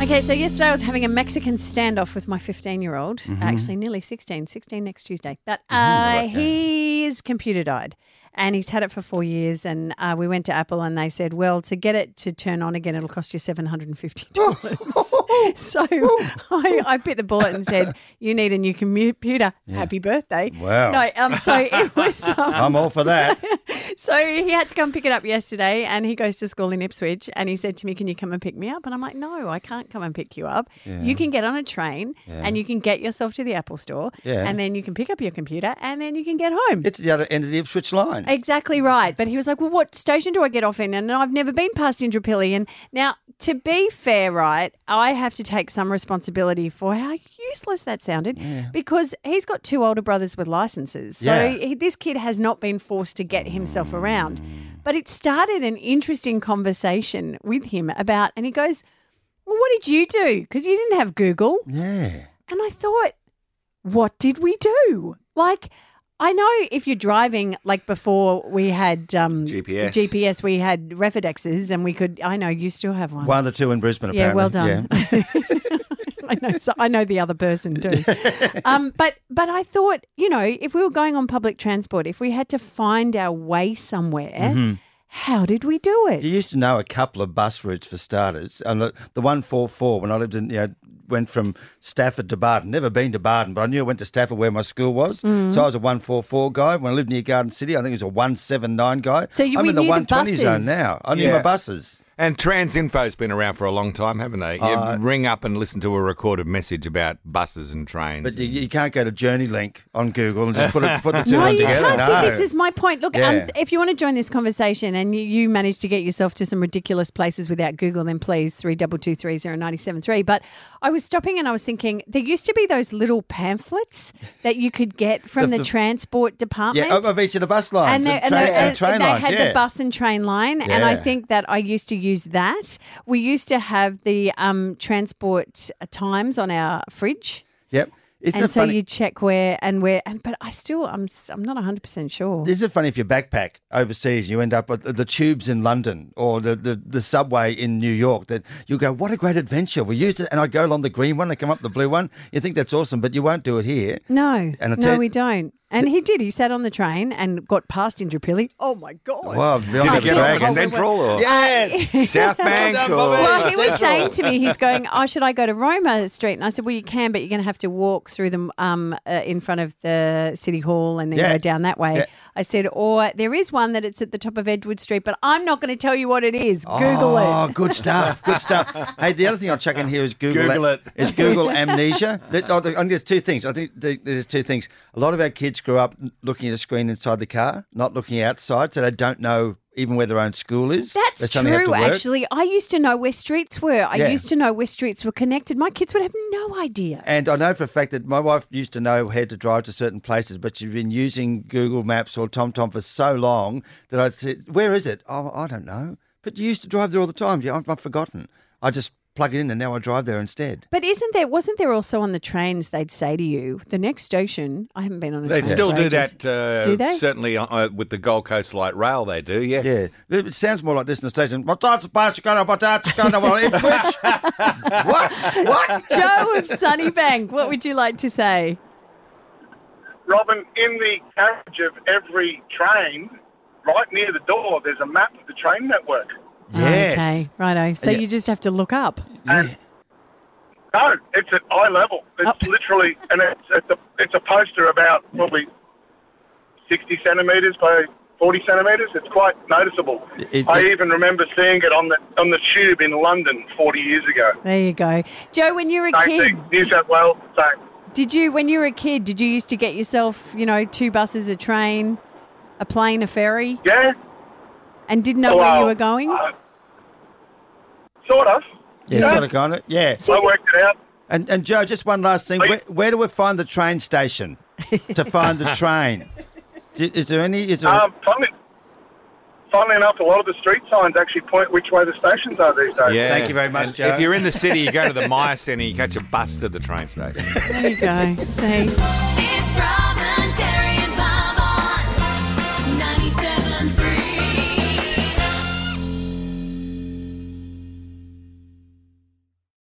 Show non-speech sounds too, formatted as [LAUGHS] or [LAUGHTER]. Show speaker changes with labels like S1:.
S1: Okay, so yesterday I was having a Mexican standoff with my 15 year old, actually nearly 16, 16 next Tuesday. But uh, he is computer died and he's had it for four years. And uh, we went to Apple and they said, well, to get it to turn on again, it'll cost you $750. [LAUGHS] so I, I bit the bullet and said, you need a new computer. Happy birthday.
S2: Wow.
S1: No, um, so it was. Um,
S2: I'm all for
S1: [LAUGHS]
S2: that.
S1: so he had to come pick it up yesterday, and he goes to school in Ipswich, and he said to me, "Can you come and pick me up?" And I'm like, "No, I can't come and pick you up. You can get on a train, and you can get yourself to the Apple Store,
S2: Yeah.
S1: and then you can pick up your computer, and then you can get home."
S2: It's the other end of the Ipswich line.
S1: Exactly right. But he was like, Well, what station do I get off in? And I've never been past Indrapilli. And now, to be fair, right, I have to take some responsibility for how useless that sounded because he's got two older brothers with licenses. So
S2: Yeah.
S1: he, this kid has not been forced to get himself around. But it started an interesting conversation with him about, and he goes, Well, what did you do? Because you didn't have Google.
S2: Yeah.
S1: And I thought, what did we do? Like, I know if you're driving, like before we had um,
S3: GPS.
S1: GPS, we had Refidexes, and we could. I know you still have one.
S2: One of the two in Brisbane, apparently.
S1: yeah, well done. [LAUGHS] I know. So I know the other person
S2: [LAUGHS]
S1: too. Um, but but I thought, you know, if we were going on public transport, if we had to find our way somewhere, how did we do it?
S2: Mm-hmm. You used to know a couple of bus routes for starters, and the the one four four when I lived in, you know, went from Stafford to Barton. Never been to Barton, but I knew I went to Stafford where my school was.
S1: Mm.
S2: So I was a one four four guy when I lived near Garden City. I think it was a one seven nine guy.
S1: So you-
S2: I'm
S1: we
S2: in the
S1: knew the
S2: one twenty zone
S1: buses.
S2: now. I knew
S3: Yeah.
S2: my buses.
S3: And Transinfo's been around for a long time, haven't they? You
S2: Uh,
S3: ring up and listen to a recorded message about buses and trains.
S2: But you,
S3: and-
S2: you can't go to Journey Link on Google and just put, it,
S1: [LAUGHS]
S2: put the two
S1: No,
S2: on
S1: you
S2: together.
S1: can't.
S2: no.
S1: See, this is my point. Look,
S2: Yeah.
S1: um, if you want to join this conversation and you, you manage to get yourself to some ridiculous places without Google, then please three double two three zero ninety seven three. But I was stopping and I was thinking there used to be those little pamphlets that you could get from the, transport department.
S2: yeah, of- of each of the bus lines
S1: and, they, and,
S2: and,
S1: uh,
S2: train,
S1: they-
S2: and
S1: and
S2: train
S1: they
S2: lines.
S1: had
S2: yeah.
S1: the bus and train line, and I
S2: Yeah.
S1: think that I used to use that. We used to have the um, transport times on our fridge
S2: Yep. Isn't
S1: and
S2: it
S1: so
S2: funny?
S1: you check where and where and but I still I'm s- I'm not 100% sure.
S2: Isn't it funny if you backpack overseas, you end up with the- the tubes in London or the, the, the subway in New York that you go, what a great adventure. We used it and I go along the green one, I come up the blue one. You think that's awesome, but you won't do it here.
S1: no.
S2: And
S1: no,
S2: I tell-
S1: we don't. And he did. He sat on the train and got past Indrapilli. Oh my god.
S2: Wow, the
S3: Did
S1: Oh,
S3: you get
S1: that's a
S3: on like
S1: whole
S2: dragon.
S3: Central or
S2: Yes.
S3: [LAUGHS] South Bank?
S2: done,
S3: or-
S2: Bobby.
S1: [LAUGHS] Well, he was
S2: Central.
S1: saying to me, he's going, "Oh, should I go to Roma Street?" And I said, "Well, you can, but you're going to have to walk through them um, uh, in front of the city hall and then
S2: Yeah.
S1: go down that way."
S2: Yeah.
S1: I said, "Or there is one that it's at the top of Edward Street, but I'm not going to tell you what it is. Google it."
S2: Oh, good
S1: [LAUGHS]
S2: stuff. Good stuff. hey, the other thing I'll chuck in here is Google.
S3: Google it.
S2: Is Google amnesia? That- oh, I think there's two things. I think the- there's two things. A lot of our kids grew up looking at a screen inside the car, not looking outside, so they don't know even where their own school is. They
S1: That's
S2: suddenly have
S1: true,
S2: to work.
S1: actually. I used to know where streets were. I
S2: Yeah.
S1: used to know where streets were connected. My kids would have no idea.
S2: And I know for a fact that my wife used to know how to drive to certain places, but she's been using Google Maps or TomTom for so long that I said, "Where is it?" Oh, I don't know. But you used to drive there all the time. Yeah, I've, I've forgotten. I just plug it in, and now I drive there instead.
S1: But isn't there wasn't there also on the trains they'd say to you the next station? I haven't been on a train.
S3: They still
S1: for
S3: do
S1: ages."
S3: that. Uh,
S1: Do they?
S3: Certainly uh, with the Gold Coast Light Rail, they do. Yes.
S2: Yeah, it it sounds more like this in the station. What time is going What time is going [LAUGHS] What? What?
S1: Joe
S2: [LAUGHS]
S1: of Sunnybank, what would you like to say?
S4: Robin, in the carriage of every train, right near the door, there's a map of the train network.
S2: Yes.
S1: Okay, righto. So you just have to look up.
S4: No, it's at eye level. It's
S1: Oh.
S4: literally, and it's, it's, a, it's a poster about probably 60 centimetres by 40 centimetres. It's quite noticeable.
S2: It-
S4: I
S2: it-
S4: even remember seeing it on the, on the tube in London 40 years ago.
S1: There you go. Joe, when you were a
S4: Same
S1: kid,
S4: thing. New South Wales, same.
S1: did you when you were a kid, did you used to get yourself, you know, two buses, a train, a plane, a ferry,
S4: Yeah?
S1: and didn't know where you
S4: Well,
S1: were going?
S4: uh, sort of.
S2: Yeah,
S4: Yeah.
S2: sort of kind of. Yeah.
S4: I worked it out.
S2: And and Joe, just one last thing.
S4: Are you-
S2: Where, where do we find the train station to find the train? Do- Is there any? Is there?
S4: Um, funnily, funnily enough, a lot of the street signs actually point which way the stations are these days.
S3: Yeah.
S2: Thank you very much,
S3: And
S2: Joe.
S3: If you're in the city, you go to the Myer Centre, you catch a bus to the train station.
S1: There you go. See.
S5: It's Robin.